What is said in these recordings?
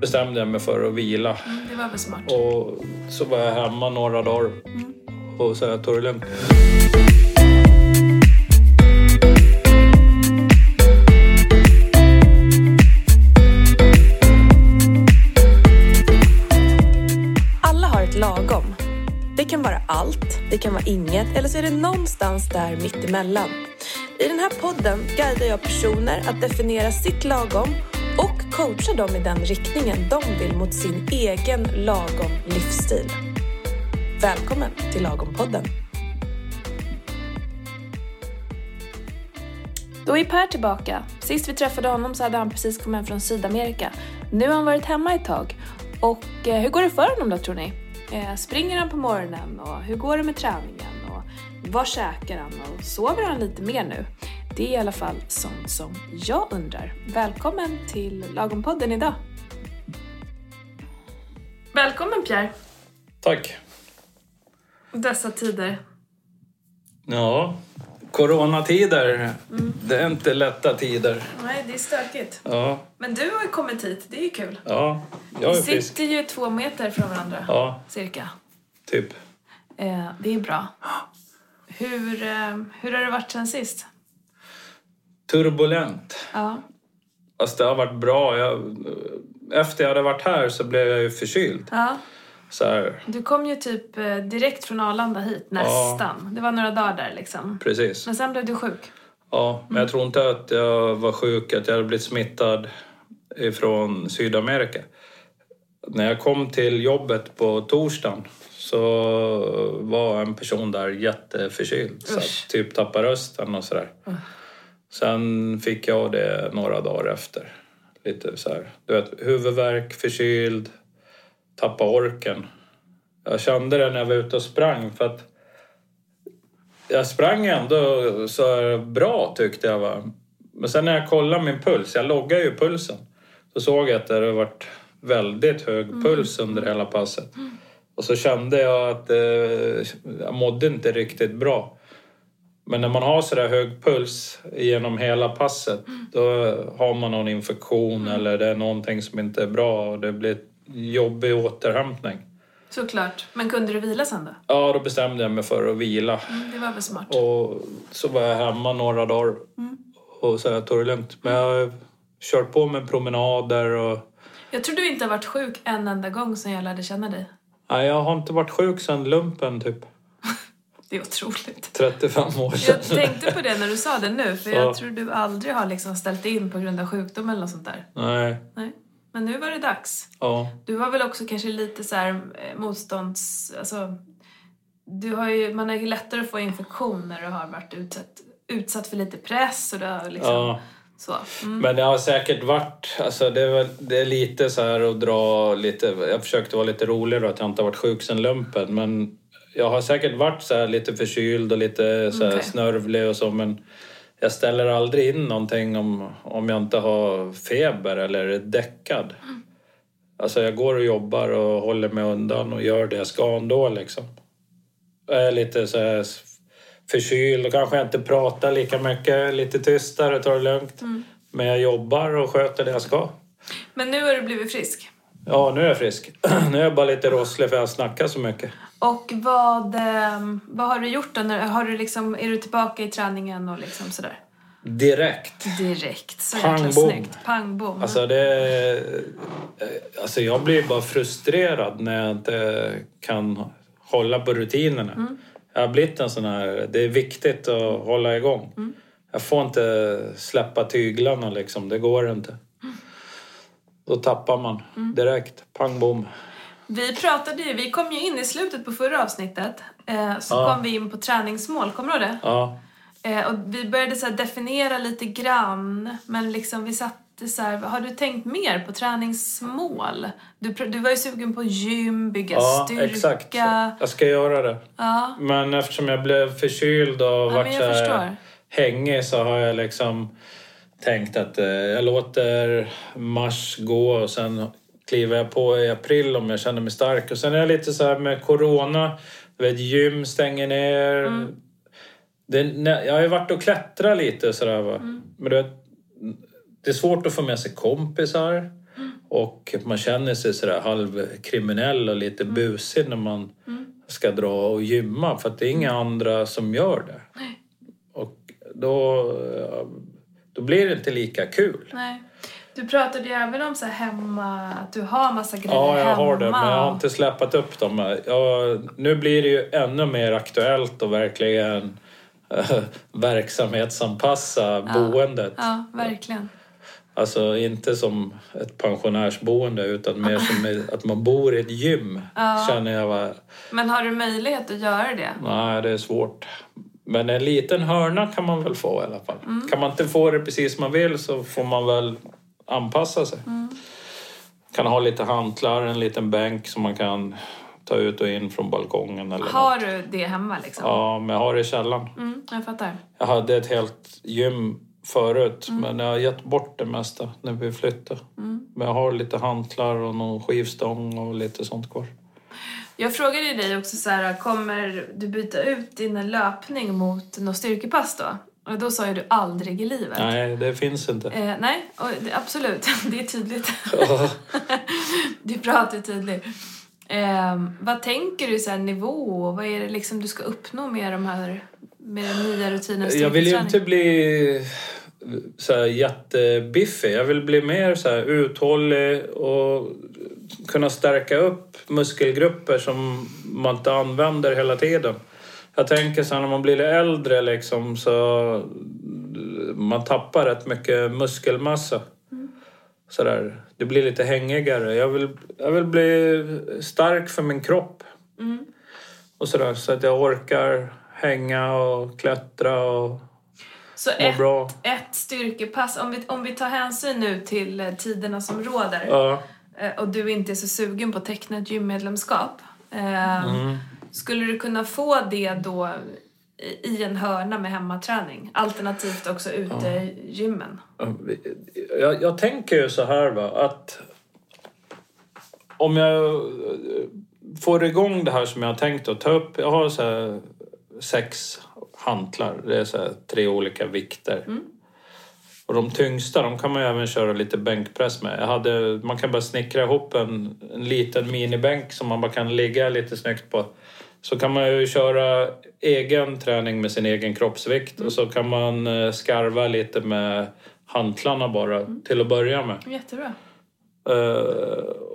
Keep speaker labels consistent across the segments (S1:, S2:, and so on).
S1: bestämde jag mig för att vila.
S2: Mm, det var väl smart.
S1: Och så var jag hemma några dagar och så här, tog det lugnt.
S3: Alla har ett lagom. Det kan vara allt, det kan vara inget eller så är det någonstans där mittemellan. I den här podden guidar jag personer att definiera sitt lagom och coachar dem i den riktningen de vill mot sin egen lagom livsstil. Välkommen till Lagom-podden. Då är Per tillbaka. Sist vi träffade honom så hade han precis kommit hem från Sydamerika. Nu har han varit hemma ett tag. Och eh, hur går det för honom då tror ni? Eh, springer han på morgonen och hur går det med träningen? Och vad käkar han och sover han lite mer nu? Det är i alla fall sånt som jag undrar. Välkommen till Lagom-podden idag! Välkommen Pierre!
S1: Tack.
S3: Dessa tider.
S1: Ja, coronatider. Det är inte lätta tider.
S3: Nej, det är stökigt.
S1: Ja,
S3: Men du har ju kommit hit, det är ju kul.
S1: ja. Jag är
S3: Vi
S1: frisk.
S3: sitter ju två meter från varandra,
S1: Ja,
S3: cirka.
S1: typ.
S3: Eh, det är bra. Hur, eh, hur har det varit sen sist?
S1: Turbulent.
S3: Ja.
S1: Alltså det har varit bra. Jag, efter jag hade varit här så blev jag ju förkyld.
S3: ja.
S1: Så här,
S3: Du kom ju typ eh, direkt från Arlanda hit, nästan. Det var några dagar där liksom.
S1: precis.
S3: Men sen blev du sjuk.
S1: Ja, men jag tror inte att jag var sjuk, att jag hade blivit smittad ifrån Sydamerika. När jag kom till jobbet på torsdagen så var en person där jätteförkyld. Så
S3: Usch.
S1: att typ tappade rösten och sådär. Sen fick jag det några dagar efter. Lite så här, du vet, huvudvärk, förkyld, tappa orken. Jag kände det när jag var ute och sprang för att jag sprang ändå så här bra tyckte jag. Va? Men sen när jag kollade min puls, jag loggade ju pulsen, så såg jag att det hade varit väldigt hög puls under hela passet. Och så kände jag att eh, jag mådde inte riktigt bra. Men när man har så där hög puls genom hela passet då har man någon infektion eller det är någonting som inte är bra och det blir jobbig återhämtning.
S2: Såklart. Men kunde du vila sen då?
S1: Ja, då bestämde jag mig för att vila.
S3: Mm,
S2: Det var väl smart.
S1: Och så var jag hemma några dagar och så här, tog det lugnt. Men jag har kört på med promenader och...
S2: Jag tror du inte har varit sjuk en enda gång sen jag lärde känna dig.
S1: Nej, jag har inte varit sjuk sedan lumpen typ.
S2: Det är otroligt.
S1: 35 år
S2: Jag
S1: sedan.
S2: tänkte på det när du sa det nu, för
S1: Ja.
S2: jag tror du aldrig har liksom ställt in på grund av sjukdom eller något sånt där.
S1: Nej,
S2: Nej. Men nu var det dags.
S1: ja.
S2: Du var väl också kanske lite så här eh, motstånds... Alltså, du har ju, man har ju lättare att få infektion när du har varit utsatt, utsatt för lite press och du har liksom...
S1: ja.
S2: Så. Mm.
S1: Men det har säkert varit, alltså det är, väl, det är lite så här att dra lite, jag försökte vara lite rolig då att jag inte har varit sjuk sedan lumpen men jag har säkert varit så här lite förkyld och lite så här
S2: Okej.
S1: snörvlig och så men jag ställer aldrig in någonting om, om jag inte har feber eller är däckad. Alltså jag går och jobbar och håller mig undan och gör det jag ska ändå liksom. Jag är Eh, lite så här förkyld och kanske inte pratar lika mycket, lite tystare, tar det lugnt. Men jag jobbar och sköter det jag ska.
S2: Men nu har du blivit frisk.
S1: Ja, nu är jag frisk. nu är jag bara lite rosslig för jag snackar så mycket.
S2: Och vad, ehm, vad har du gjort då? När- Har du liksom, är du tillbaka i träningen och liksom sådär?
S1: Direkt.
S2: Direkt. Så
S1: Pang,
S2: jäkla
S1: bom.
S2: snyggt. Pang bom.
S1: Alltså det... Alltså jag blir bara frustrerad när jag inte kan hålla på rutinerna.
S2: Mm.
S1: Jag har blivit en sån här... Det är viktigt att hålla igång.
S2: Mm.
S1: Jag får inte släppa tyglarna liksom, det går inte. Då tappar man
S2: Mm.
S1: direkt. Pang bom.
S2: Vi pratade ju, vi kom ju in i slutet på förra avsnittet. Eh, så
S1: Ja.
S2: kom vi in på träningsmål, kommer du ihåg det?
S1: Ja.
S2: Eh, och vi började så här definiera lite grann, men liksom vi satte så här, har du tänkt mer på träningsmål? Du, pr- du var ju sugen på gym, bygga
S1: Ja,
S2: styrka.
S1: exakt. Jag ska göra det.
S2: Ja,
S1: Men eftersom jag blev förkyld och varit
S2: men
S1: så
S2: jag
S1: här
S2: förstår.
S1: hängig så har jag liksom tänkt att eh, jag låter mars gå och sen kliver jag på i april om jag känner mig stark. Och sen är jag lite så här med corona, du vet gym stänger ner.
S2: Mm.
S1: Det, när- jag har ju varit och klättrat
S2: Mm. Mm.
S1: lite och sådär va. Men du vet, det är svårt att få med sig kompisar. Och man känner sig sådär halvkriminell och lite
S2: Mm.
S1: busig när man ska dra och gymma för att det är inga andra som gör det. Och då, eh, då blir det inte lika kul.
S2: Nej. Du pratade ju även om så här hemma, att du har massa grejer
S1: Ja, jag
S2: hemma.
S1: har det, men jag har inte släpat upp dem. Jag, nu blir det ju ännu mer aktuellt och verkligen eh, verksamhetsanpassa boendet.
S2: Ja, verkligen.
S1: Alltså inte som ett pensionärsboende utan mer som i- att man bor i ett gym. Känner jag var,
S2: Men har du möjlighet att göra det?
S1: nej det är svårt. Men en liten hörna kan man väl få i alla fall. Kan man inte få det precis som man vill så får man väl anpassa sig. Kan ha lite hantlar, en liten bänk som man kan ta ut och in från balkongen eller något.
S2: Har du det hemma liksom?
S1: Ja, men jag har det i källaren.
S2: Mm, jag fattar.
S1: Jag hade ett helt gym förut, men jag har gett bort det mesta när vi flyttade. Men jag har lite hantlar och någon skivstång och lite sånt kvar.
S2: Jag frågade ju dig också så här, kommer du byta ut din löpning mot något styrkepass då? Och då sa ju du aldrig i livet.
S1: Nej, det finns inte.
S2: Eh, nej, och det, absolut. Det är tydligt.
S1: Ja.
S2: du pratar tydligt. Eh, vad tänker du så här, nivå och vad är det liksom du ska uppnå med de här med den nya rutinen
S1: Jag vill ju typ
S2: styrketräning?
S1: inte bli så här jättebiffig. Jag vill bli mer så här uthållig och kunna stärka upp muskelgrupper som man inte använder hela tiden. Jag tänker så här när man blir lite äldre liksom så man tappar rätt mycket muskelmassa. Så där. Det blir lite hängigare. Jag vill, jag vill bli stark för min kropp och sådär. Så att jag orkar hänga och klättra och
S2: Så
S1: må
S2: ett,
S1: bra.
S2: ett styrkepass, om vi, om vi tar hänsyn nu till eh, tiderna som råder.
S1: Ja.
S2: eh, och du inte är så sugen på att teckna ett gymmedlemskap. Eh,
S1: Mm.
S2: Skulle du kunna få det då i- i en hörna med hemmaträning? Alternativt också ute i gymmen.
S1: Jag, jag tänker ju så här va, att om jag eh, får igång det här som jag har tänkt att ta upp. Jag har så här sex hantlar, det är så här tre olika vikter. Och de tyngsta, de kan man ju även köra lite bänkpress med. Jag hade, man kan bara snickra ihop en, en liten minibänk som man bara kan ligga lite snyggt på. Så kan man ju köra egen träning med sin egen kroppsvikt och så kan man eh, skarva lite med hantlarna bara till att börja med.
S2: Jättebra.
S1: Eh,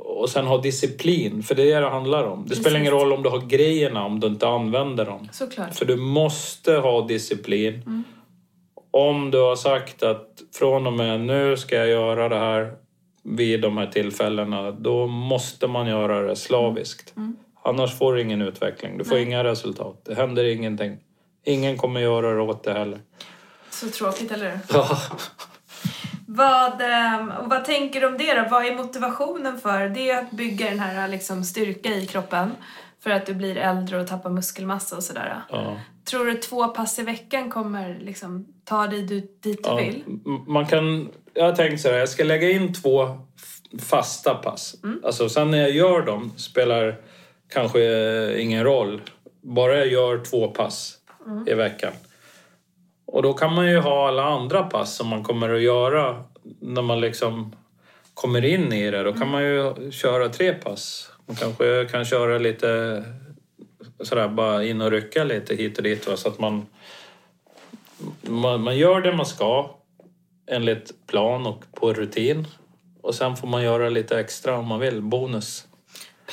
S1: och sen ha disciplin, för det är det det handlar om. Det spelar ingen roll om du har grejerna om du inte använder dem.
S2: Såklart.
S1: För du måste ha disciplin. Om du har sagt att från och med nu ska jag göra det här vid de här tillfällena, då måste man göra det slaviskt. Annars får du ingen utveckling, du får inga resultat. Det händer ingenting. Ingen kommer göra det åt det heller.
S2: Så tråkigt, eller hur? Vad, ehm, och vad tänker du om det då? Vad är motivationen för? Det är att bygga den här liksom, styrka i kroppen för att du blir äldre och tappar muskelmassa och sådär.
S1: Ja.
S2: Tror du två pass i veckan kommer liksom, ta dig du- dit du
S1: Ja,
S2: vill?
S1: m- Man kan, jag har tänkt så här, jag ska lägga in två f- fasta pass.
S2: Mm.
S1: Alltså, sen när jag gör dem spelar kanske eh, ingen roll. Bara jag gör två pass
S2: Mm.
S1: i veckan. Och då kan man ju ha alla andra pass som man kommer att göra när man liksom kommer in i det. Då
S2: Mm.
S1: kan man ju köra tre pass. Man kanske kan köra lite sådär bara in och rycka lite hit och dit va? så att man man, man gör det man ska enligt plan och på rutin. Och sen får man göra lite extra om man vill, bonus.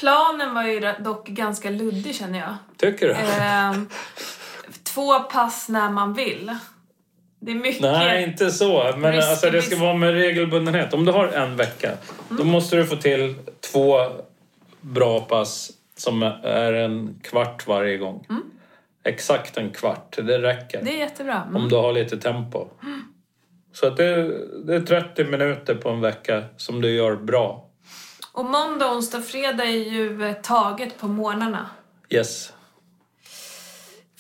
S2: Planen var ju dock ganska luddig känner jag.
S1: Tycker du?
S2: Ehm, två pass när man vill. Det är mycket.
S1: Nej, inte så. Men
S2: Risk-
S1: alltså, det ska
S2: risk- Mm.
S1: vara med regelbundenhet. Om du har en vecka, då måste du få till två bra pass som är en kvart varje gång. Exakt en kvart, det räcker.
S2: Mm. Det är jättebra. Mm.
S1: Om du har lite tempo. Så att det, det är 30 minuter på en vecka som du gör bra.
S2: Och måndag, onsdag, fredag är ju eh, taget på morgnarna.
S1: Yes.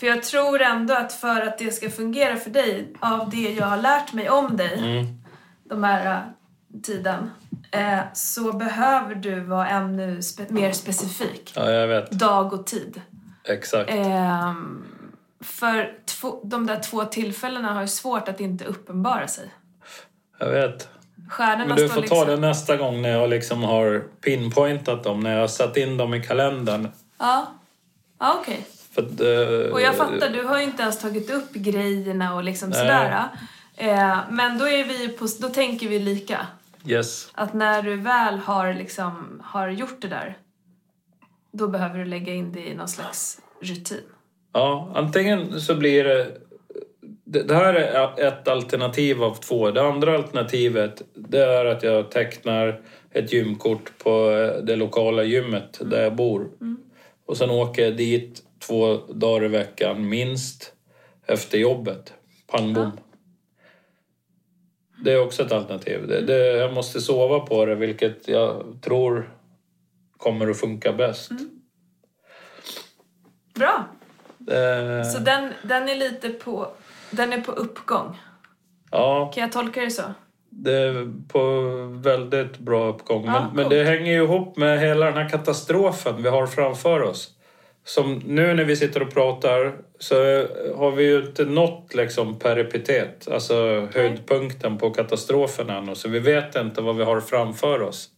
S2: För jag tror ändå att för att det ska fungera för dig, av det jag har lärt mig om dig
S1: Mm.
S2: de här eh, tiden, eh, så behöver du vara ännu spe- mer specifik.
S1: Ja, jag vet.
S2: Dag och tid.
S1: Exakt.
S2: Ehm, för två, de där två tillfällena har ju svårt att inte uppenbara sig.
S1: Jag vet.
S2: Stjärnorna
S1: Men du
S2: står
S1: får
S2: liksom...
S1: ta det nästa gång när jag liksom har pinpointat dem, när jag har satt in dem i kalendern.
S2: Ja, ja okej.
S1: För att, eh,
S2: Och jag fattar, du har ju inte ens tagit upp grejerna och liksom
S1: Nej.
S2: sådär. Eh, men då, är vi på, då tänker vi lika.
S1: Yes.
S2: Att när du väl har, liksom, har gjort det där, då behöver du lägga in det i någon slags rutin.
S1: Ja, antingen så blir det... Det det här är ett alternativ av två. Det andra alternativet det är att jag tecknar ett gymkort på eh, det lokala gymmet där jag bor. Och sen åker jag dit två dagar i veckan minst efter jobbet. Pang bom. Det är också ett alternativ. Det, det, jag måste sova på det, vilket jag tror kommer att funka bäst.
S2: Bra!
S1: Eh,
S2: Så den, den är lite på, den är på uppgång.
S1: ja,
S2: Kan jag tolka det så?
S1: Det är på väldigt bra uppgång.
S2: Ja,
S1: men, men
S2: coolt.
S1: det hänger ju ihop med hela den här katastrofen vi har framför oss. Som nu när vi sitter och pratar så har vi ju inte nått liksom peripitet, alltså höjdpunkten på katastrofen ännu. Så vi vet inte vad vi har framför oss.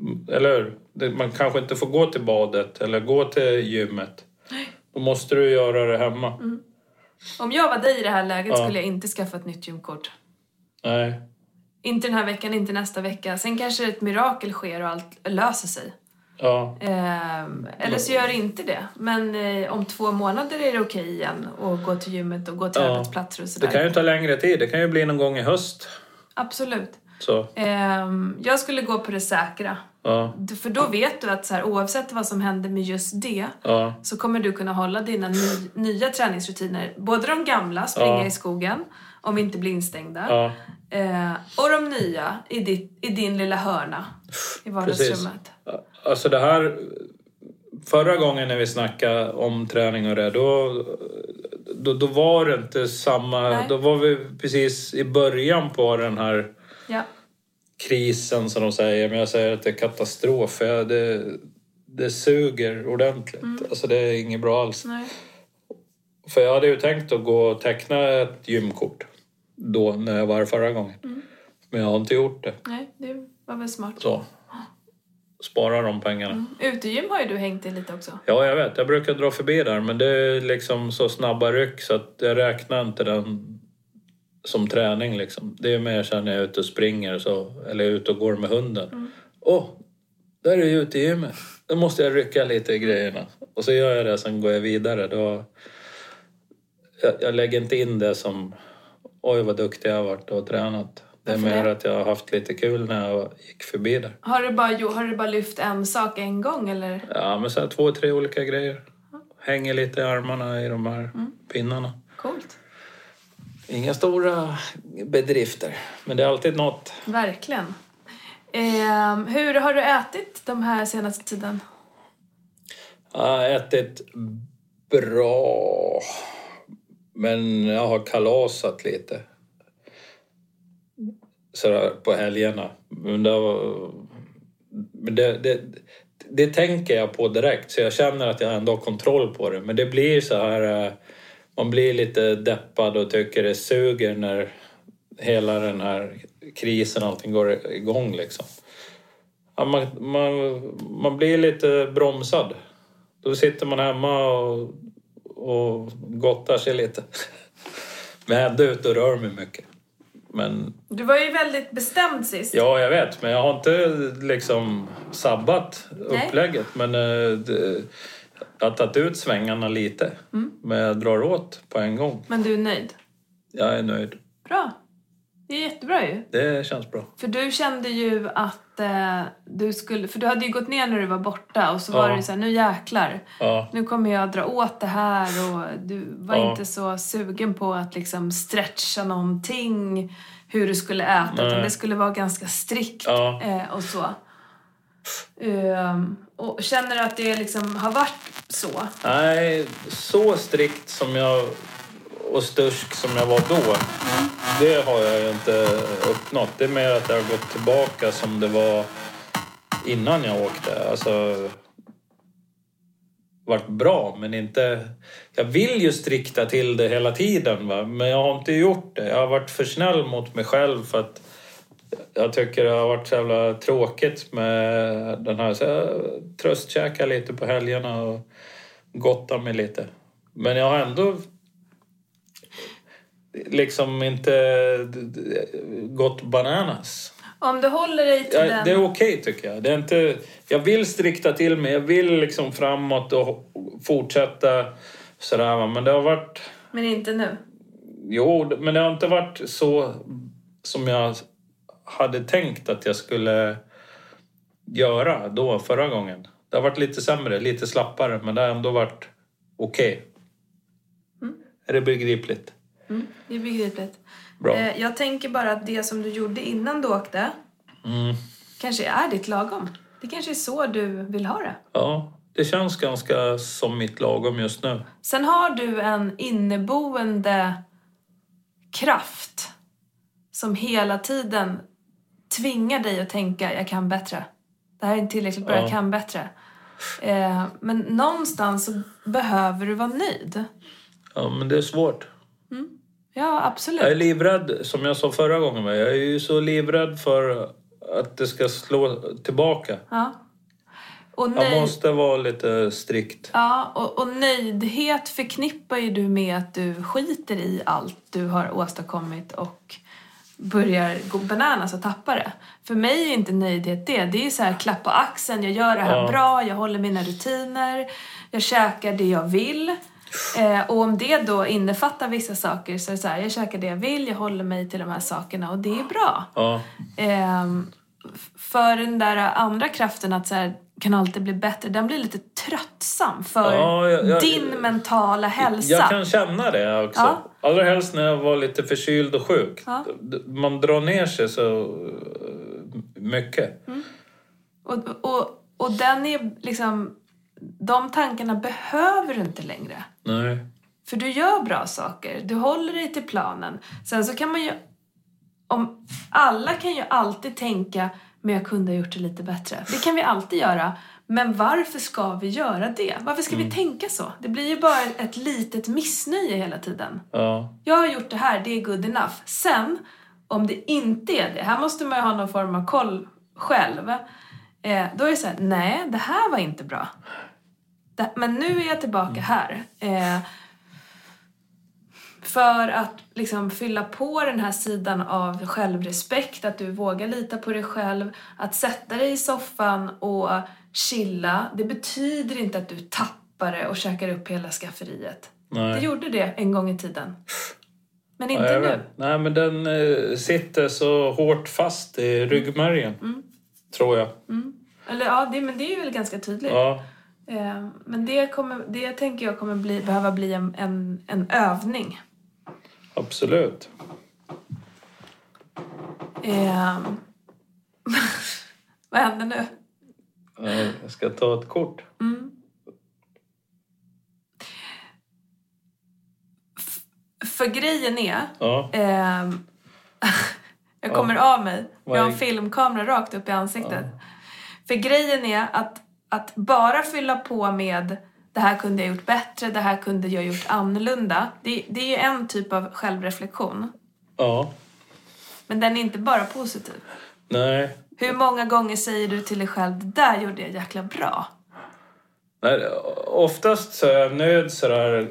S1: Mm, Eller hur? Det- Man kanske inte får gå till badet eller gå till gymmet. Då måste du göra det hemma.
S2: Mm. Om jag var dig i det här läget
S1: Ja.
S2: skulle jag inte skaffa ett nytt gymkort.
S1: Nej.
S2: Inte den här veckan, inte nästa vecka. Sen kanske ett mirakel sker och allt löser sig.
S1: Ja.
S2: Ehm, eller så gör det inte det. Men eh, om två månader är det okej igen att gå till gymmet och gå till
S1: Ja.
S2: arbetsplatser och
S1: Det
S2: sådär.
S1: kan ju ta längre tid. Det kan ju bli någon gång i höst.
S2: Absolut.
S1: Så,
S2: Ehm, jag skulle gå på det säkra.
S1: ja,
S2: Du- För då vet du att så här, oavsett vad som händer med just det
S1: ja,
S2: så kommer du kunna hålla dina ny, nya träningsrutiner. Både de gamla, springa
S1: Ja.
S2: i skogen om vi inte blir instängda.
S1: ja.
S2: Eh, och de nya i, ditt, i din lilla hörna i vardagsrummet.
S1: Alltså det här... Förra gången när vi snackade om träning och det, då, då, då var det inte samma...
S2: Nej.
S1: Då var vi precis i början på den här
S2: Ja.
S1: krisen som de säger. Men jag säger att det är katastrof. för jag- Det, det suger ordentligt. Alltså det är inget bra alls.
S2: Nej.
S1: För jag hade ju tänkt att gå och teckna ett gymkort då när jag var här förra gången. Men jag har inte gjort det.
S2: Nej, det var väl smart.
S1: Så. Spara de pengarna.
S2: Utegym har ju du hängt i lite också.
S1: Ja, jag vet. Jag brukar dra förbi där, men det är liksom så snabba ryck så att jag räknar inte den som träning. Liksom. Det är mer så här när jag är ute och springer så, eller är ute och går med hunden.
S2: Mm.
S1: Åh, där är jag ute i gymmet. Då måste jag rycka lite i grejerna. Och så gör jag det, sen går jag vidare. Då, jag, jag lägger inte in det som oj vad duktig jag har varit och tränat. Det är
S2: Varför
S1: mer
S2: det?
S1: att jag har haft lite kul när jag gick förbi där.
S2: Har du bara, jo, har du bara lyft en sak en gång eller?
S1: Ja, men så här två, tre olika grejer. Hänger lite i armarna i de här pinnarna.
S2: Coolt.
S1: Inga stora bedrifter, men det är alltid något.
S2: Verkligen. Ehm, hur har du ätit de här senaste tiden?
S1: Jag har ätit bra, men jag har kalasat lite. Sådär på helgerna. Men det, var- men det, det, det tänker jag på direkt, så jag känner att jag ändå har kontroll på det. Men det blir så här... eh, Man blir lite deppad och tycker det suger när hela den här krisen och allting går igång. Liksom. Ja, man, man, man blir lite bromsad. Då sitter man hemma och, och gottar sig lite. Men jag är ändå ute och rör mig mycket. Men
S2: Du var ju väldigt bestämd sist.
S1: Ja, jag vet. Men jag har inte liksom sabbat
S2: Nej.
S1: upplägget. Men eh, det, jag har tagit ut svängarna lite. Men jag drar åt på en gång.
S2: Men du är nöjd?
S1: Jag är nöjd.
S2: Bra. Det är jättebra ju.
S1: Det känns bra.
S2: För du kände ju att eh, du skulle... För du hade ju gått ner när du var borta och så
S1: Ja.
S2: var det så här, nu jäklar.
S1: Ja,
S2: Nu kommer jag dra åt det här och du var
S1: Ja.
S2: inte så sugen på att liksom stretcha någonting hur du skulle äta utan
S1: Nej.
S2: det skulle vara ganska strikt
S1: Ja.
S2: eh, och så. Ehm, och känner du att det liksom har varit så?
S1: Nej, så strikt som jag och stursk som jag var då, det har jag ju inte uppnått. Det är mer att jag har gått tillbaka som det var innan jag åkte. Alltså, varit bra, men inte... Jag vill ju strikta till det hela tiden, va? men jag har inte gjort det. Jag har varit för snäll mot mig själv för att jag tycker det har varit så jävla tråkigt med den här. Så jag tröstkäkar lite på helgerna och gottar mig lite. Men jag har ändå liksom inte gått bananas.
S2: Om du håller dig till
S1: Jag,
S2: den...
S1: det är okej tycker jag. Det är inte, jag vill strikta till mig, jag vill liksom framåt och fortsätta sådär va. Men det har varit...
S2: Men inte nu.
S1: Jo, men det har inte varit så som jag hade tänkt att jag skulle göra då förra gången. Det har varit lite sämre, lite slappare, men det har ändå varit okej. Är det begripligt?
S2: Mm, det är begripligt.
S1: Bra.
S2: Eh, jag tänker bara att det som du gjorde innan du åkte
S1: Mm.
S2: kanske är ditt lagom. Det kanske är så du vill ha det.
S1: Ja, det känns ganska som mitt lagom just nu.
S2: Sen har du en inneboende kraft som hela tiden tvingar dig att tänka jag kan bättre. Det här är inte tillräckligt bra,
S1: Ja.
S2: jag kan bättre. Eh, men någonstans så behöver du vara nöjd.
S1: Ja, men det är svårt.
S2: Ja,
S1: Jag är
S2: absolut.
S1: livrädd, som jag sa förra gången. va? Jag är ju så livrädd för att det ska slå tillbaka.
S2: Ja. Och
S1: Jag
S2: nöjd...
S1: måste vara lite strikt.
S2: Ja, och, och nöjdhet förknippar ju du med att du skiter i allt du har åstadkommit och börjar gå bananas och tappa det. För mig är inte nöjdhet det. Det är så här klapp på axeln, jag gör det här
S1: Ja.
S2: bra, jag håller mina rutiner, jag käkar det jag vill. Eh, och om det då innefattar vissa saker så är det så här, jag käkar det jag vill, jag håller mig till de här sakerna och det är bra.
S1: Ja.
S2: Ehm, f- för den där andra kraften att så här, kan alltid bli bättre, den blir lite tröttsam för
S1: Ja, jag- jag-
S2: din mentala hälsa.
S1: Jag kan känna det också.
S2: Ja.
S1: Allra helst när jag var lite förkyld och sjuk.
S2: Ja.
S1: D- Man drar ner sig så eh, mycket.
S2: Mm. Och, och, och den är liksom, de tankarna behöver du inte längre.
S1: Nej.
S2: För du gör bra saker, du håller dig till planen. Sen så kan man ju, om, alla kan ju alltid tänka men jag kunde ha gjort det lite bättre. Det kan vi alltid göra. Men varför ska vi göra det? Varför ska vi tänka så? Det blir ju bara ett litet missnöje hela tiden.
S1: Ja.
S2: Jag har gjort det här, det är good enough. Sen, om det inte är det, här måste man ju ha någon form av koll själv. Eh, då är det så här, nej, det här var inte bra. Det, men nu är jag tillbaka här. Eh, för att liksom fylla på den här sidan av självrespekt, att du vågar lita på dig själv, att sätta dig i soffan och chilla, det betyder inte att du tappar det och käkar upp hela skafferiet. Det
S1: Nej.
S2: gjorde det en gång i tiden. Men inte
S1: Ja, jag vet.
S2: nu.
S1: Nej, men den eh, sitter så hårt fast i ryggmärgen.
S2: Mm.
S1: Tror jag.
S2: Eller ja, det, men det är väl ganska tydligt.
S1: Ja.
S2: Eh, men det, kommer, det tänker jag kommer bli, behöva bli en, en, en övning.
S1: Absolut.
S2: Eh, vad händer nu? Mm.
S1: Eh, Jag ska ta ett kort.
S2: För grejen är...
S1: Ja.
S2: Eh, jag kommer av mig. Jag har en filmkamera rakt upp i ansiktet. För grejen är att, att bara fylla på med det här kunde jag gjort bättre, det här kunde jag gjort annorlunda. Det, det är ju en typ av självreflektion.
S1: Ja.
S2: Men den är inte bara positiv.
S1: Nej.
S2: Hur många gånger säger du till dig själv det där gjorde jag jäkla bra?
S1: Nej, oftast så är jag nöjd sådär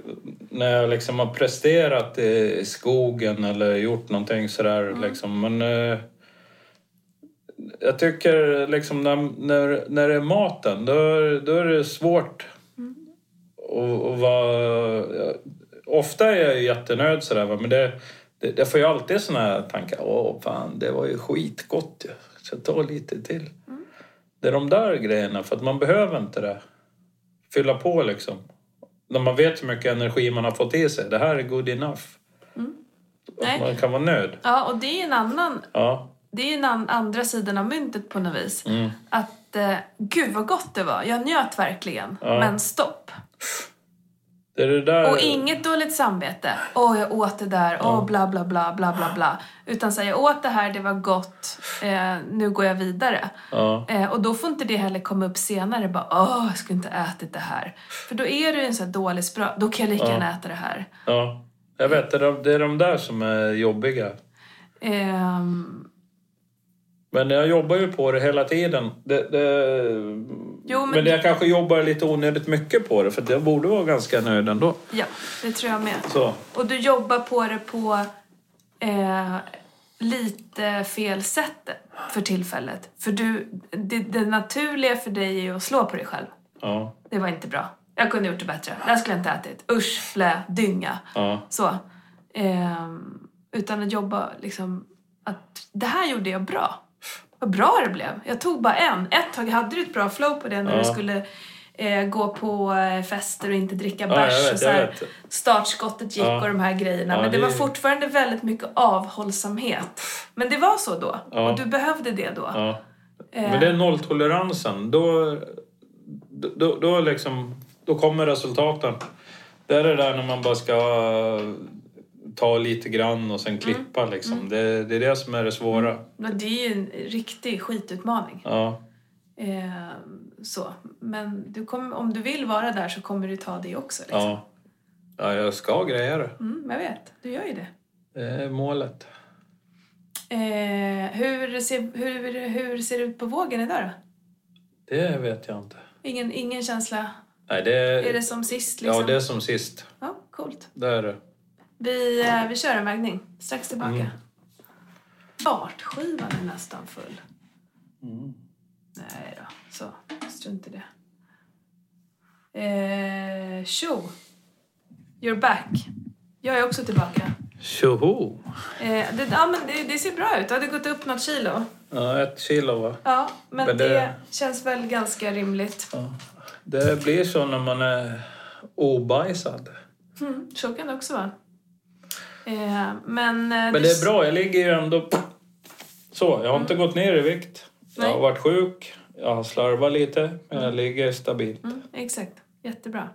S1: när jag liksom har presterat i skogen eller gjort någonting sådär liksom. Men eh, jag tycker liksom när, när, när det är maten då, är- då är det svårt och, och vara... ja, Ofta är jag ju jättenöjd sådär va, men det, det, jag får ju alltid såna här tankar. Åh fan, det var ju skitgott ju. Så ta lite till. Det är de där grejerna för att man behöver inte det fylla på liksom. När man vet hur mycket energi man har fått i sig. Det här är good enough.
S2: Nej.
S1: Man kan vara nöjd.
S2: Ja, och det är en annan,
S1: Ja.
S2: det är en an, andra sidan av myntet på något vis.
S1: Mm.
S2: Att eh, gud vad gott det var, jag njöt verkligen.
S1: Ja.
S2: Men stopp.
S1: Det är det där...
S2: Och inget dåligt samvete. Åh, jag åt det där. Åh, bla, bla, bla, bla, bla, bla. Utan säga, jag åt det här, det var gott. Eh, nu går jag vidare.
S1: Ja.
S2: Eh, och då får inte det heller komma upp senare. Bara, åh, jag skulle inte ätit det här. För då är du en sån här dålig spra. Då kan jag lika
S1: Ja.
S2: gärna äta det här.
S1: ja. Jag vet, det är, de, det är de där som är jobbiga.
S2: Ehm,
S1: Men jag jobbar ju på det hela tiden. Det, det,
S2: Jo, men,
S1: men jag kanske jobbar lite onödigt mycket på det för att jag borde vara ganska nöjd ändå.
S2: Ja, det tror jag med.
S1: Så,
S2: Och du jobbar på det på eh, lite fel sätt för tillfället. För du, det, det naturliga för dig är ju att slå på dig själv.
S1: ja,
S2: Det var inte bra. Jag kunde gjort det bättre. Det här skulle jag inte ha ätit. Usch, flä, dynga.
S1: ja,
S2: Så. Ehm, utan att jobba liksom att det här gjorde jag bra. Vad bra det blev. Jag tog bara en. Ett tag hade du ett bra flow på det när
S1: Ja.
S2: du skulle eh, gå på eh, fester och inte dricka
S1: Ja, jag
S2: bärs.
S1: vet,
S2: och så
S1: jag
S2: här,
S1: vet.
S2: startskottet gick
S1: Ja.
S2: och de här grejerna.
S1: Ja,
S2: Men det
S1: det-
S2: var fortfarande väldigt mycket avhållsamhet. Men det var så då.
S1: Ja.
S2: Och du behövde det då.
S1: ja.
S2: Eh,
S1: Men det är nolltoleransen. Då, då, då, liksom, då kommer resultaten. Det är det där när man bara ska ta lite grann och sen
S2: Mm.
S1: klippa. Liksom. Det, det är det som är det svåra.
S2: men det är ju en riktig skitutmaning.
S1: Ja,
S2: Eh, så. Men du kommer- om du vill vara där så kommer du ta det också. Liksom.
S1: ja. ja, jag ska greja det.
S2: Mm, jag vet, du gör ju det.
S1: Det är målet.
S2: Eh, hur, ser, hur, hur ser det ut på vågen idag då?
S1: Det vet jag inte.
S2: Ingen, ingen känsla?
S1: Nej, det,
S2: Är det som sist liksom?
S1: Ja, det är som sist.
S2: Ja, coolt.
S1: Det är det.
S2: Vi, eh, vi kör en vägning. Strax tillbaka.
S1: Mm.
S2: Fartskivan är nästan full.
S1: Mm.
S2: Nej då, så. Strunt i det. Eh, tjo! You're back. Jag är också tillbaka.
S1: Tjoho!
S2: Eh, det, ja, men det, det ser bra ut. Det hade gått upp något kilo.
S1: Ja, ett kilo va?
S2: Ja, men,
S1: Men
S2: det...
S1: det-
S2: känns väl ganska rimligt.
S1: Ja. Det blir så när man är obajsad.
S2: Mm, så kan det också vara. Eh, men,
S1: Men det är bra, jag ligger ju ändå... Så, jag har inte gått ner i vikt. Jag har
S2: Mm. Nej.
S1: varit sjuk, jag har slarvat lite, men jag ligger stabilt.
S2: Mm, exakt, jättebra.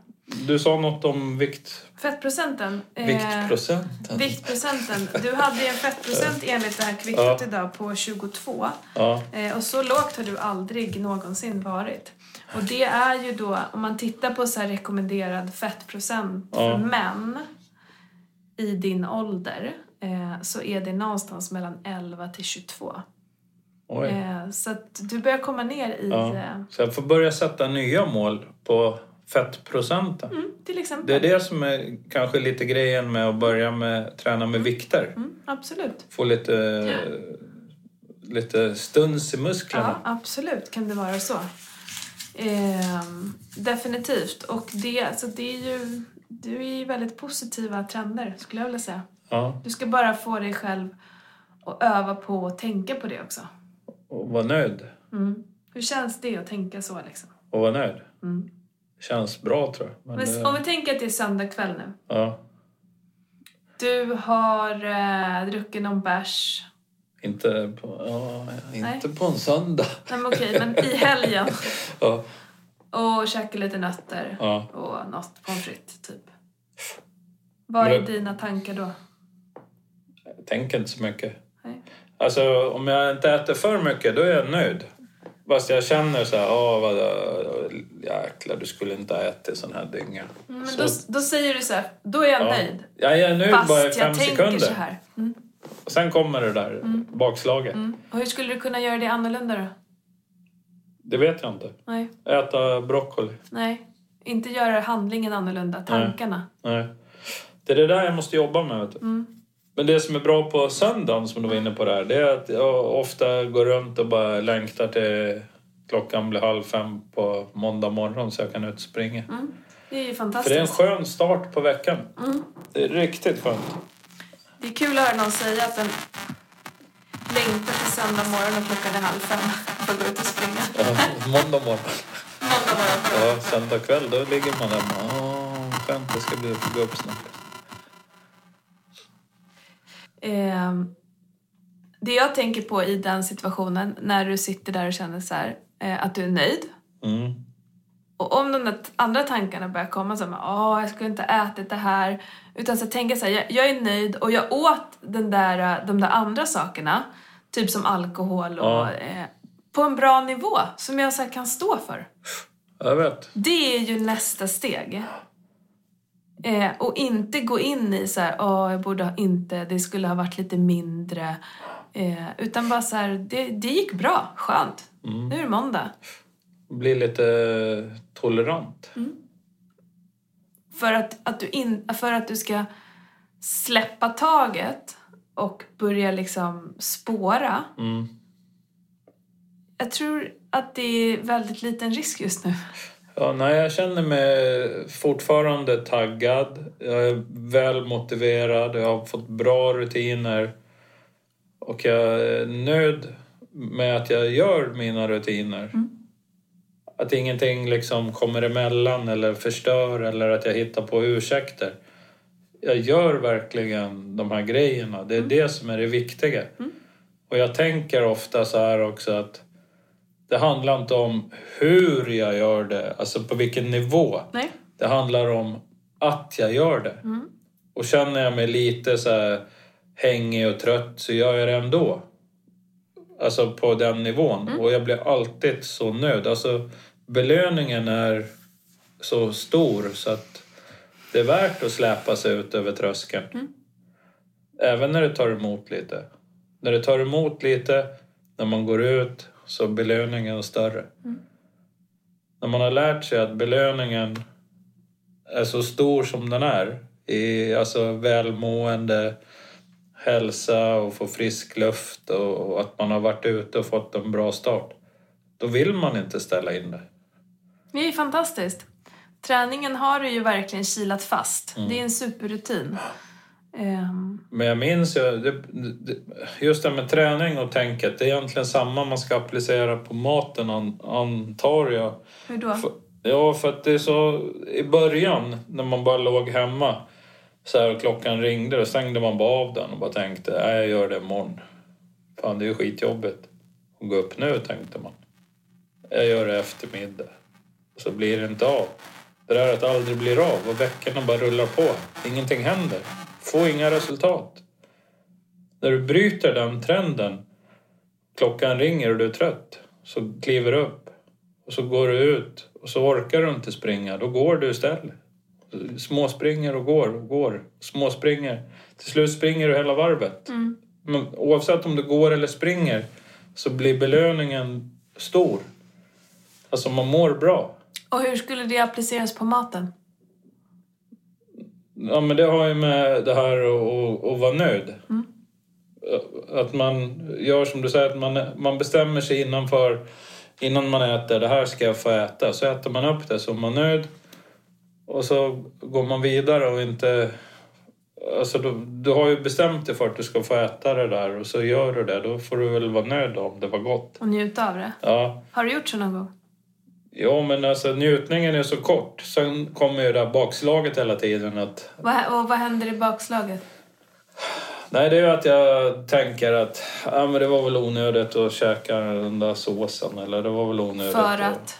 S1: Du sa något om vikt,
S2: Fettprocenten. eh,
S1: viktprocenten.
S2: Viktprocenten. Du hade ju en fettprocent enligt det här kvittot idag på 22.
S1: Ja,
S2: Eh, och så lågt har du aldrig någonsin varit. Och det är ju då, om man tittar på så här rekommenderad fettprocent för
S1: Ja.
S2: män i din ålder eh, så är det någonstans mellan 11 till 22.
S1: oj.
S2: Eh, så att du börjar komma ner i
S1: Ja.
S2: eh,
S1: Så jag får börja sätta nya mål på fettprocenten.
S2: till exempel.
S1: Det är det som är kanske lite grejen med att börja med, träna med vikter.
S2: Mm, absolut.
S1: Få lite, lite stuns i musklerna.
S2: Ja, absolut kan det vara så. Ehm, definitivt. Och det, så det är ju, du är ju väldigt positiva trender skulle jag vilja säga.
S1: Ja,
S2: Du ska bara få dig själv att öva på att tänka på det också.
S1: och vara nöjd.
S2: Mm. Hur känns det att tänka så liksom?
S1: Och vara nöjd.
S2: Mm.
S1: Känns bra tror jag. Men eh,
S2: Men,
S1: det-
S2: om vi tänker att det är söndag kväll nu.
S1: ja,
S2: Du har eh, druckit någon bärs.
S1: inte på, ja, inte på en söndag.
S2: Nej men okej, men i helgen.
S1: Ja,
S2: Och käkat lite nötter.
S1: ja.
S2: Och något pommes frites typ. Vad
S1: Men
S2: är
S1: det-
S2: dina tankar då?
S1: Jag tänker inte så mycket.
S2: Nej.
S1: Alltså om jag inte äter för mycket då är jag nöjd. Fast jag känner så här, åh vad, jäklar du skulle inte ha ätit sån här dynga.
S2: Mm, Men
S1: Så-
S2: då, då säger du så här, då är jag
S1: Ja.
S2: nöjd.
S1: Ja, jag är nöjd bara i
S2: Fast
S1: fem
S2: jag tänker så
S1: sekunder.
S2: här. Mm,
S1: Och sen kommer det där bakslaget.
S2: mm. Och hur skulle du kunna göra det annorlunda då?
S1: Det vet jag inte.
S2: Nej,
S1: Äta broccoli.
S2: nej. Inte göra handlingen annorlunda, tankarna.
S1: Nej. Det är det där jag måste jobba med. Vet du.
S2: Mm.
S1: Men det som är bra på söndagen, som du var inne på där, det är att jag ofta går runt och bara längtar till klockan blir halv fem på måndag morgon så jag kan ut och springa.
S2: Mm. Det är ju
S1: För det är en
S2: fantastiskt.
S1: skön start på veckan.
S2: Mm.
S1: Det är riktigt skönt.
S2: Det är kul att höra någon säga att den längtar till söndag morgon och klockan är halv fem för att gå ut och springa.
S1: Ja, måndag morgon.
S2: Måndag morgon.
S1: Ja, söndag kväll, då ligger man där och bara, "Åh, skönt det ska bli att få gå upp snart.
S2: Ehm, det jag tänker på i den situationen när du sitter där och känner så här, eh, att du är nöjd
S1: Mm.
S2: Och om de där t- andra tankarna börjar komma som åh jag skulle inte ha ätit det här. Utan så tänker jag så här, jag, jag är nöjd och jag åt den där, eh, de där andra sakerna. Typ som alkohol och
S1: Ja.
S2: eh, på en bra nivå som jag så här kan stå för.
S1: Jag vet.
S2: Det är ju nästa steg. Eh, och inte gå in i så här, åh jag borde ha inte, det skulle ha varit lite mindre. Eh, utan bara så här, det, det gick bra, skönt. Nu är det måndag.
S1: Mm. Bli lite tolerant.
S2: För att, att, du in, för att du ska släppa taget och börja liksom spåra.
S1: Mm.
S2: Jag tror att det är väldigt liten risk just nu.
S1: Ja, nej, jag känner mig fortfarande taggad. Jag är väl motiverad. Jag har fått bra rutiner. Och jag är nöjd med att jag gör mina rutiner. Att ingenting liksom kommer emellan eller förstör eller att jag hittar på ursäkter. Jag gör verkligen de här grejerna. Det är det som är det viktiga. Och jag tänker ofta så här också att det handlar inte om hur jag gör det, alltså på vilken nivå.
S2: Nej.
S1: Det handlar om att jag gör det. Och känner jag mig lite så här hängig och trött så gör jag det ändå. Alltså på den nivån. Och jag blir alltid så nöjd. Alltså belöningen är så stor så att det är värt att släpa sig ut över tröskeln. Även när det tar emot lite. När det tar emot lite, när man går ut, så är belöningen större. När man har lärt sig att belöningen är så stor som den är i alltså välmående, hälsa och få frisk luft och och att man har varit ute och fått en bra start. Då vill man inte ställa in det.
S2: Det är ju fantastiskt. Träningen har du ju verkligen kilat fast.
S1: Mm.
S2: Det är en superrutin. Ehm,
S1: Men jag minns ju, det, det, just det här med träning och tänket, det är egentligen samma man ska applicera på maten an, antar jag.
S2: hur då?
S1: För, ja, för att det är så... I början, när man bara låg hemma så här, och klockan ringde, då stängde man bara av den och bara tänkte nej, jag gör det imorgon. Fan, det är ju skitjobbigt att gå upp nu, tänkte man. Jag gör det eftermiddag. Och så blir det inte av. Det där att aldrig blir av och veckorna bara rullar på. Ingenting händer. Får inga resultat. När du bryter den trenden, klockan ringer och du är trött, så kliver du upp och så går du ut och så orkar du inte springa, då går du istället. Småspringer och går och går. Småspringer. Till slut springer du hela varvet. Men oavsett om du går eller springer så blir belöningen stor. Alltså man mår bra.
S2: Och hur skulle det appliceras på maten?
S1: Ja, men det har ju med det här att- att- att vara nöjd. Att man gör som du säger, att man, man bestämmer sig innan, för, innan man äter. Det här ska jag få äta. Så äter man upp det så är man nöjd. Och så går man vidare och inte... Alltså du, du har ju bestämt dig för att du ska få äta det där och så gör du det. Då får du väl vara nöjd om det var gott.
S2: Och njuta av det?
S1: Ja.
S2: Har du gjort så någon gång?
S1: Jo, men alltså njutningen är så kort. Sen kommer ju det här bakslaget hela tiden att
S2: Vad, och vad händer i bakslaget?
S1: Nej, det är ju att jag tänker att ja, men det var väl onödigt att käka den där såsen. Eller det var väl onödigt
S2: För
S1: att-
S2: att?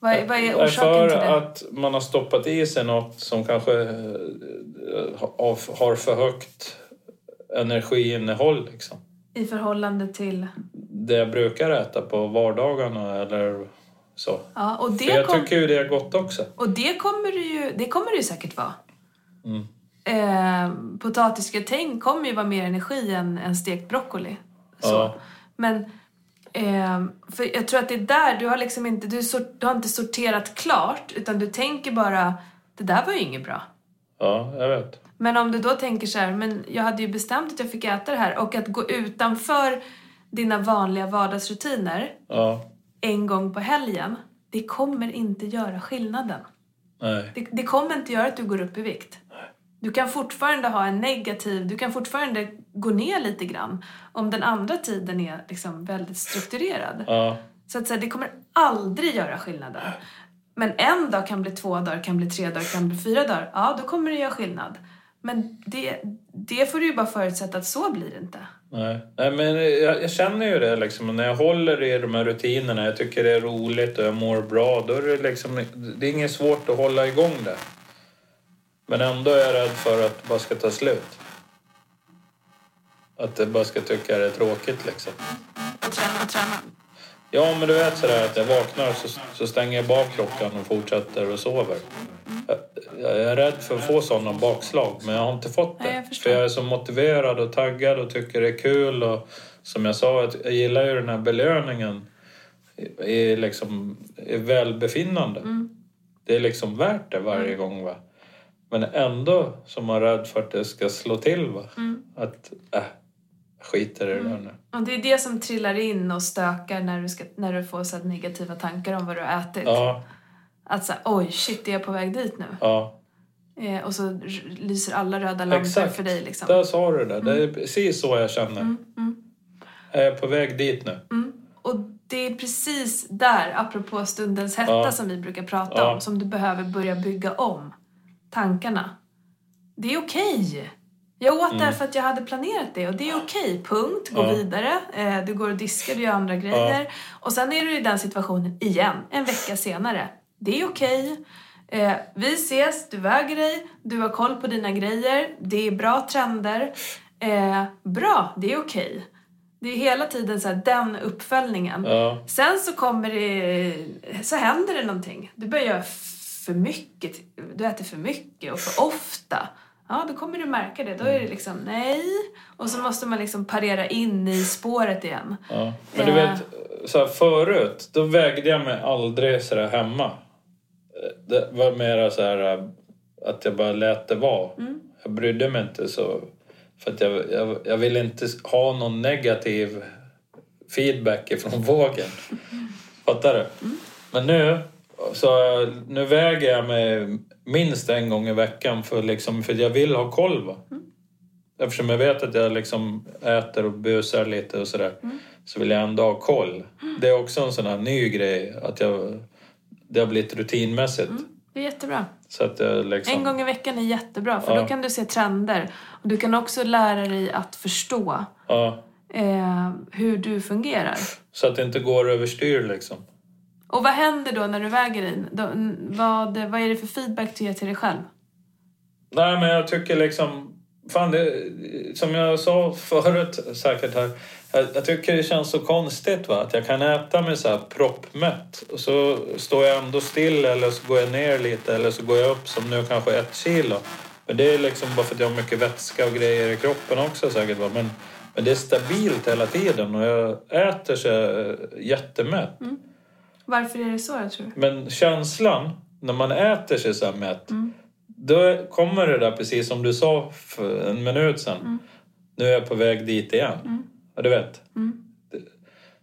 S2: Vad är, vad är
S1: Nej, för
S2: orsaken till det?
S1: att man har stoppat i sig något som kanske eh, har har för högt energiinnehåll. Liksom.
S2: I förhållande till...
S1: Det jag brukar äta på vardagarna eller så.
S2: Ja, och
S1: För
S2: det,
S1: jag
S2: kom,
S1: tycker ju det är gott också.
S2: och det kommer det ju, det kommer det ju säkert vara.
S1: Mm.
S2: Eh, potatisgratäng kommer ju vara mer energi än, än stekt broccoli. Så.
S1: Ja.
S2: Men ehm, för jag tror att det är där du har liksom inte, du, sort, du har inte sorterat klart utan du tänker bara det där var ju inget bra.
S1: Ja, jag vet.
S2: Men om du då tänker så här, men jag hade ju bestämt att jag fick äta det här och att gå utanför dina vanliga vardagsrutiner
S1: Ja,
S2: en gång på helgen, det kommer inte göra skillnaden.
S1: nej.
S2: Det, det kommer inte göra att du går upp i vikt. Du kan fortfarande ha en negativ, du kan fortfarande gå ner lite grann om den andra tiden är liksom väldigt strukturerad.
S1: Ja,
S2: Så att säga, det kommer aldrig göra skillnaden. Men en dag kan bli två dagar, kan bli tre dagar, kan bli fyra dagar. Ja, då kommer det göra skillnad. Men det, det får du ju bara förutsätta att så blir det inte.
S1: Nej, Nej men jag, jag känner ju det liksom. När jag håller i de här rutinerna, jag tycker det är roligt och jag mår bra, då är det liksom... Det är inget svårt att hålla igång det. Men ändå är jag rädd för att det bara ska ta slut. Att det bara ska tycka det är tråkigt liksom.
S2: Och träna och träna.
S1: Ja, men du vet sådär att jag vaknar så, så stänger jag bak klockan och fortsätter och sover. Jag, jag är rädd för att få sådana bakslag, men jag har inte fått det.
S3: Nej, jag förstår.
S1: för jag är så motiverad och taggad och tycker det är kul. Och, som jag sa, att jag gillar ju den här belöningen i- i, liksom, i välbefinnande.
S3: Mm.
S1: Det är liksom värt det varje gång. va Men ändå som man är rädd för att det ska slå till. va
S3: Mm.
S1: Att, äh, jag skiter i det där nu.
S2: Och det är det som trillar in och stökar när du, ska, när du får så här negativa tankar om vad du har ätit.
S1: Ja,
S2: Att såhär, oj shit, är jag på väg dit nu?
S1: ja.
S2: Eh, och så r- lyser alla röda lampor
S1: Exakt.
S2: för dig liksom. Mm.
S1: Där sa du det. Det är precis så jag känner. Jag är på väg dit
S2: Mm.
S1: nu.
S2: Och det är precis där, apropå stundens hetta
S1: Ja.
S2: som vi brukar prata
S1: Ja.
S2: om, som du behöver börja bygga om tankarna. Det är okej. Jag åt där för att jag hade planerat det och det är okej. Punkt. Gå
S1: Mm. Ja.
S2: vidare. Eh, Du går och diskar, du gör andra grejer. Och sen är du i den situationen igen, en vecka senare. Det är okej. Eh, Vi ses, du väger dig, du har koll på dina grejer, det är bra trender. Eh, Bra, det är okej. Det är hela tiden så här, den uppföljningen.
S1: Ja,
S2: Sen så kommer det, så händer det någonting. Du börjar göra f- för mycket, du äter för mycket och för ofta. Ja, då kommer du märka det. Då är det liksom nej. Och så måste man liksom parera in i spåret igen.
S1: ja. Men du
S2: Ja.
S1: vet, så här, förut då vägde jag mig aldrig så där hemma. Det var mera så här äh, att jag bara lät det vara. Jag brydde mig inte så. För att jag, jag, jag ville inte ha någon negativ feedback ifrån vågen. Fattar du? Men nu, så nu väger jag mig minst en gång i veckan för, liksom, för jag vill ha koll. Va? Eftersom jag vet att jag liksom äter och busar lite och sådär
S2: Mm.
S1: så vill jag ändå ha koll. Det är också en sån här ny grej att jag, det har blivit rutinmässigt.
S2: Det är jättebra.
S1: Så att jag liksom,
S2: Mm. En gång i veckan är jättebra för
S1: Ja.
S2: då kan du se trender. Och du kan också lära dig att förstå
S1: ja,
S2: eh, hur du fungerar.
S1: så att det inte går överstyr liksom.
S2: Och vad händer då när du väger in? Då, n- vad, vad är det för feedback du ger till dig själv?
S1: Nej, men jag tycker liksom... Fan, det, som jag sa förut säkert här. Jag, jag tycker det känns så konstigt va? att jag kan äta mig så här proppmätt och så står jag ändå still eller så går jag ner lite eller så går jag upp som nu kanske ett kilo. Men det är liksom bara för att jag har mycket vätska och grejer i kroppen också säkert. Va? Men, men det är stabilt hela tiden och jag äter så eh, jättemätt.
S2: Varför är det så då, tror du?
S1: Men känslan när man äter sig så här mätt, då kommer det där precis som du sa för en minut sedan. Nu är jag på väg dit igen. Ja, du vet. Det-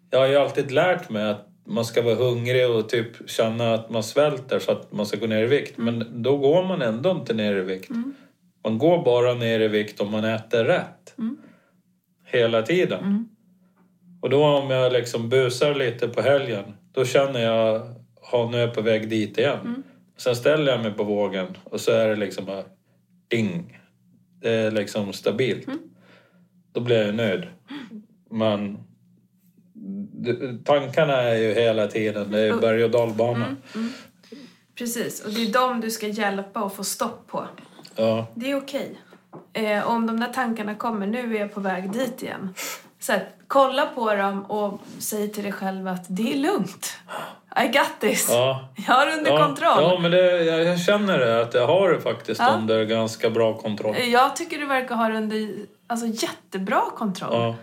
S1: Jag har ju alltid lärt mig att man ska vara hungrig och typ känna att man svälter för att man ska gå ner i vikt. Men då går man ändå inte ner i vikt. Man går bara ner i vikt om man äter rätt. Hela tiden. Och då om jag liksom busar lite på helgen, då känner jag ha nu är jag på väg dit igen.
S2: Mm.
S1: Sen ställer jag mig på vågen och så är det liksom bara ding. Det är liksom stabilt.
S2: Mm.
S1: Då blir jag nöjd. Men d- tankarna är ju hela tiden, det
S2: Mm.
S1: är berg och dalbana.
S2: Precis, och det är dem du ska hjälpa och få stopp på.
S1: Ja,
S2: Det är okej. Eh, om de där tankarna kommer, nu är jag på väg dit igen. Så här, kolla på dem och säg till dig själv att det är lugnt. I got this.
S1: ja.
S2: Jag har under
S1: ja,
S2: kontroll.
S1: Ja, men det, jag, jag känner det, att jag har det faktiskt
S2: Ja.
S1: under ganska bra kontroll.
S2: Eh, Jag tycker du verkar ha det under alltså, jättebra kontroll.
S1: Ja,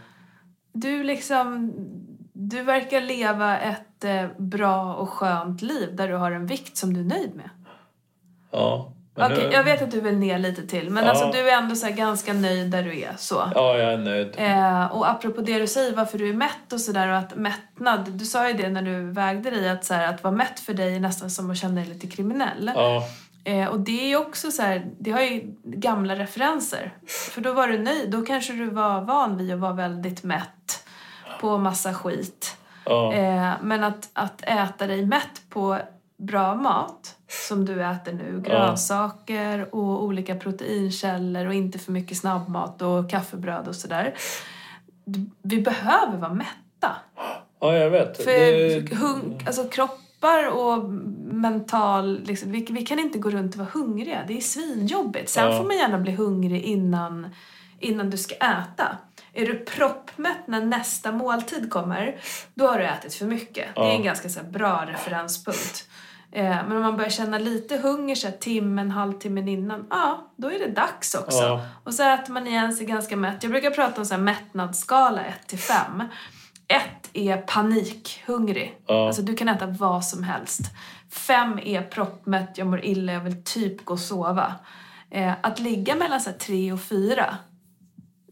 S2: Du liksom... Du verkar leva ett eh, bra och skönt liv där du har en vikt som du är nöjd med.
S1: ja. Men
S2: Okej,
S1: nu-
S2: jag vet att du vill ner lite till men
S1: Ja.
S2: alltså du är ändå så här ganska nöjd där du är så.
S1: Ja, jag är nöjd.
S2: Eh, och apropå det du säger varför du är mätt och sådär och att mättnad, du sa ju det när du vägde dig att, så här, att vara mätt för dig är nästan som att känna dig lite kriminell.
S1: Ja,
S2: Eh, och det är ju också så här, det har ju gamla referenser. För då var du nöjd, då kanske du var van vid att vara väldigt mätt på massa skit.
S1: ja.
S2: Eh, men att, att äta dig mätt på bra mat som du äter nu,
S1: Ja.
S2: grönsaker och olika proteinkällor och inte för mycket snabbmat och kaffebröd och sådär. D- Vi behöver vara mätta.
S1: Ja, jag vet.
S2: För
S1: Det-
S2: hung, alltså kroppar och mental... Liksom, vi, vi kan inte gå runt och vara hungriga. Det är svinjobbigt. Sen
S1: Ja.
S2: får man gärna bli hungrig innan, innan du ska äta. Är du proppmätt när nästa måltid kommer, då har du ätit för mycket. Det är en ganska så här, bra referenspunkt. Eh, men om man börjar känna lite hunger så här, timmen, halvtimmen innan, ja, då är det dags också.
S1: Ja.
S2: Och så äter man igen sig ganska mätt. Jag brukar prata om så här, mättnadsskala 1-5. 1 är panikhungrig.
S1: Ja.
S2: Alltså du kan äta vad som helst. 5 är proppmätt, jag mår illa, jag vill typ gå och sova. Eh, att ligga mellan 3 och 4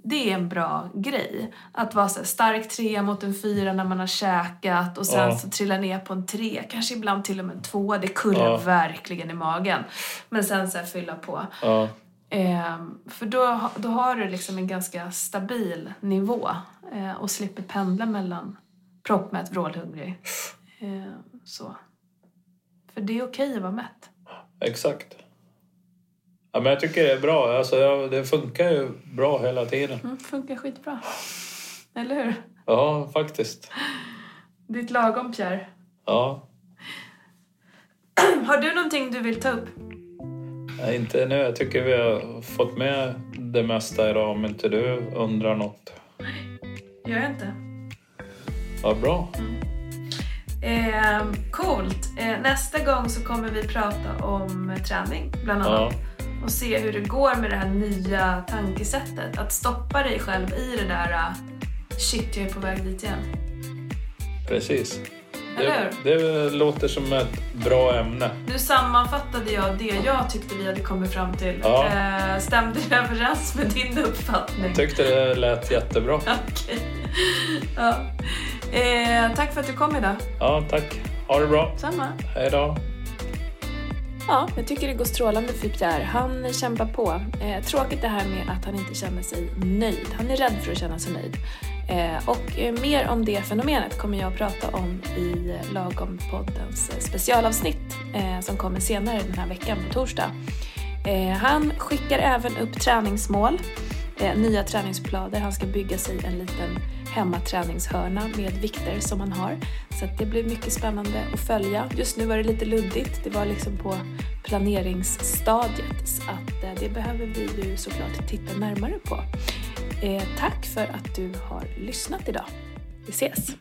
S2: det är en bra grej. Att vara så här, stark trea mot en fyra när man har käkat och sen
S1: Ja.
S2: så trilla ner på en tre, kanske ibland till och med en tvåa. Det kurrar
S1: Ja.
S2: verkligen i magen. Men sen så här, fylla på.
S1: Ja.
S2: Ehm, för då, ha- då har du liksom en ganska stabil nivå eh, och slipper pendla mellan proppmätt, vrålhungrig. Eh, så. För det är okej att vara mätt.
S1: Exakt. Ja, men jag tycker det är bra. Alltså, jag- det funkar ju bra hela tiden.
S2: Mm, funkar skitbra. Eller hur?
S1: Ja, faktiskt.
S2: Ditt lagom, Pierre.
S1: Ja.
S2: Har du någonting du vill ta upp?
S1: Nej, Inte nu. Jag tycker vi har fått med det mesta idag om inte du undrar något.
S2: Gör jag inte.
S1: Vad bra.
S2: Ehm, coolt. Eh, nästa gång så kommer vi prata om eh, träning bland
S1: Ja.
S2: annat. Och se hur det går med det här nya tankesättet. Att stoppa dig själv i det där eh, shit jag är på väg dit igen.
S1: Precis.
S2: Eller
S1: Det, det låter som ett bra ämne.
S2: Nu sammanfattade jag det jag tyckte vi hade kommit fram till.
S1: Ja.
S2: Eh, stämde det överens med din uppfattning?
S1: Jag tyckte det lät jättebra.
S2: Okej. ja. eh, tack för att du kom idag.
S1: Ja, tack. Ha det bra.
S2: Samma.
S1: Hej då.
S3: Ja, jag tycker det går strålande för Pierre. Han kämpar på. Eh, tråkigt det här med att han inte känner sig nöjd. Han är rädd för att känna sig nöjd. Eh, och eh, mer om det fenomenet kommer jag att prata om i eh, Lagom-poddens eh, specialavsnitt eh, som kommer senare den här veckan på torsdag. Eh, han skickar även upp träningsmål, eh, nya träningsplaner. Han ska bygga sig en liten hemmaträningshörna med vikter som han har. Så att det blir mycket spännande att följa. Just nu var det lite luddigt. Det var liksom på planeringsstadiet. Så att eh, det behöver vi ju såklart titta närmare på. Eh, tack för att du har lyssnat idag. Vi ses!